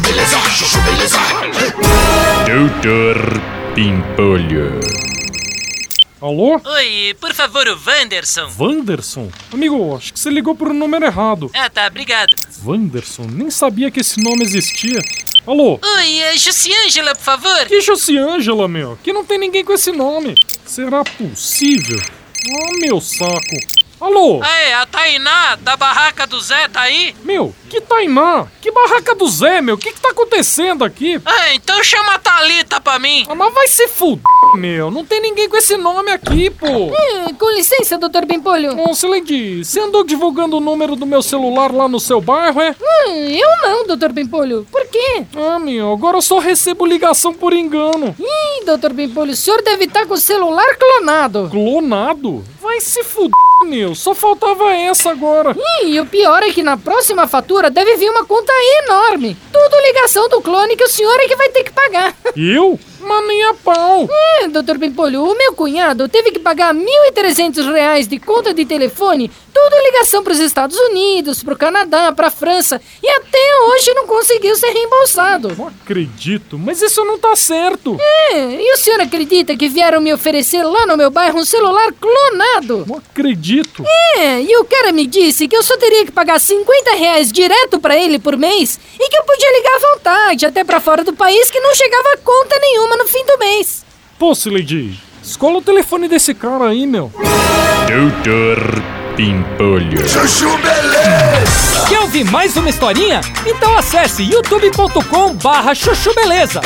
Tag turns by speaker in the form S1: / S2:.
S1: beleza, chuchu beleza.
S2: Doutor Pimpolho.
S3: Alô?
S4: Oi, por favor, o Wanderson.
S3: Wanderson? Amigo, acho que você ligou por um número errado.
S4: Ah, tá, obrigado.
S3: Wanderson, nem sabia que esse nome existia. Alô?
S4: Oi, é Jussiângela, por favor.
S3: Que Jossi Ângela, meu? Que não tem ninguém com esse nome. Será possível? Ah, meu saco. Alô?
S4: Ei, Ah, é, a Tainá, da barraca do Zé, tá aí?
S3: Meu, que Tainá? Que barraca do Zé, meu? O que que tá acontecendo aqui?
S4: Ah, então chama a Thalita pra mim.
S3: Ah, mas vai se fuder, meu. Não tem ninguém com esse nome aqui, pô.
S5: Hum, com licença, doutor Pimpolho.
S3: Nossa, Lady, você andou divulgando o número do meu celular lá no seu bairro, é?
S5: Hum, eu não, doutor Pimpolho. Por quê?
S3: Ah, meu, agora eu só recebo ligação por engano.
S5: Ih, doutor Pimpolho, o senhor deve estar com o celular clonado.
S3: Clonado? Vai se fuder, meu. Só faltava essa agora.
S5: Ih, e o pior é que na próxima fatura deve vir uma conta enorme. Tudo ligação do clone que o senhor é que vai ter que pagar.
S3: Eu? Mas nem a pau.
S5: É, doutor Pimpolho, o meu cunhado teve que pagar 1.300 reais de conta de telefone, tudo ligação para os Estados Unidos, para o Canadá, para a França, e até hoje não conseguiu ser reembolsado.
S3: Não acredito, mas isso não tá certo.
S5: É, e o senhor acredita que vieram me oferecer lá no meu bairro um celular clonado?
S3: Não acredito.
S5: É, e o cara me disse que eu só teria que pagar 50 reais direto para ele por mês e que eu podia ligar à vontade, até para fora do país, que não chegava conta nenhuma no fim do mês.
S3: Pô, Lady, escola o telefone desse cara aí, meu.
S2: Doutor Pimpolho.
S1: Chuchu beleza.
S6: Quer ouvir mais uma historinha? Então acesse youtube.com barra chuchu beleza.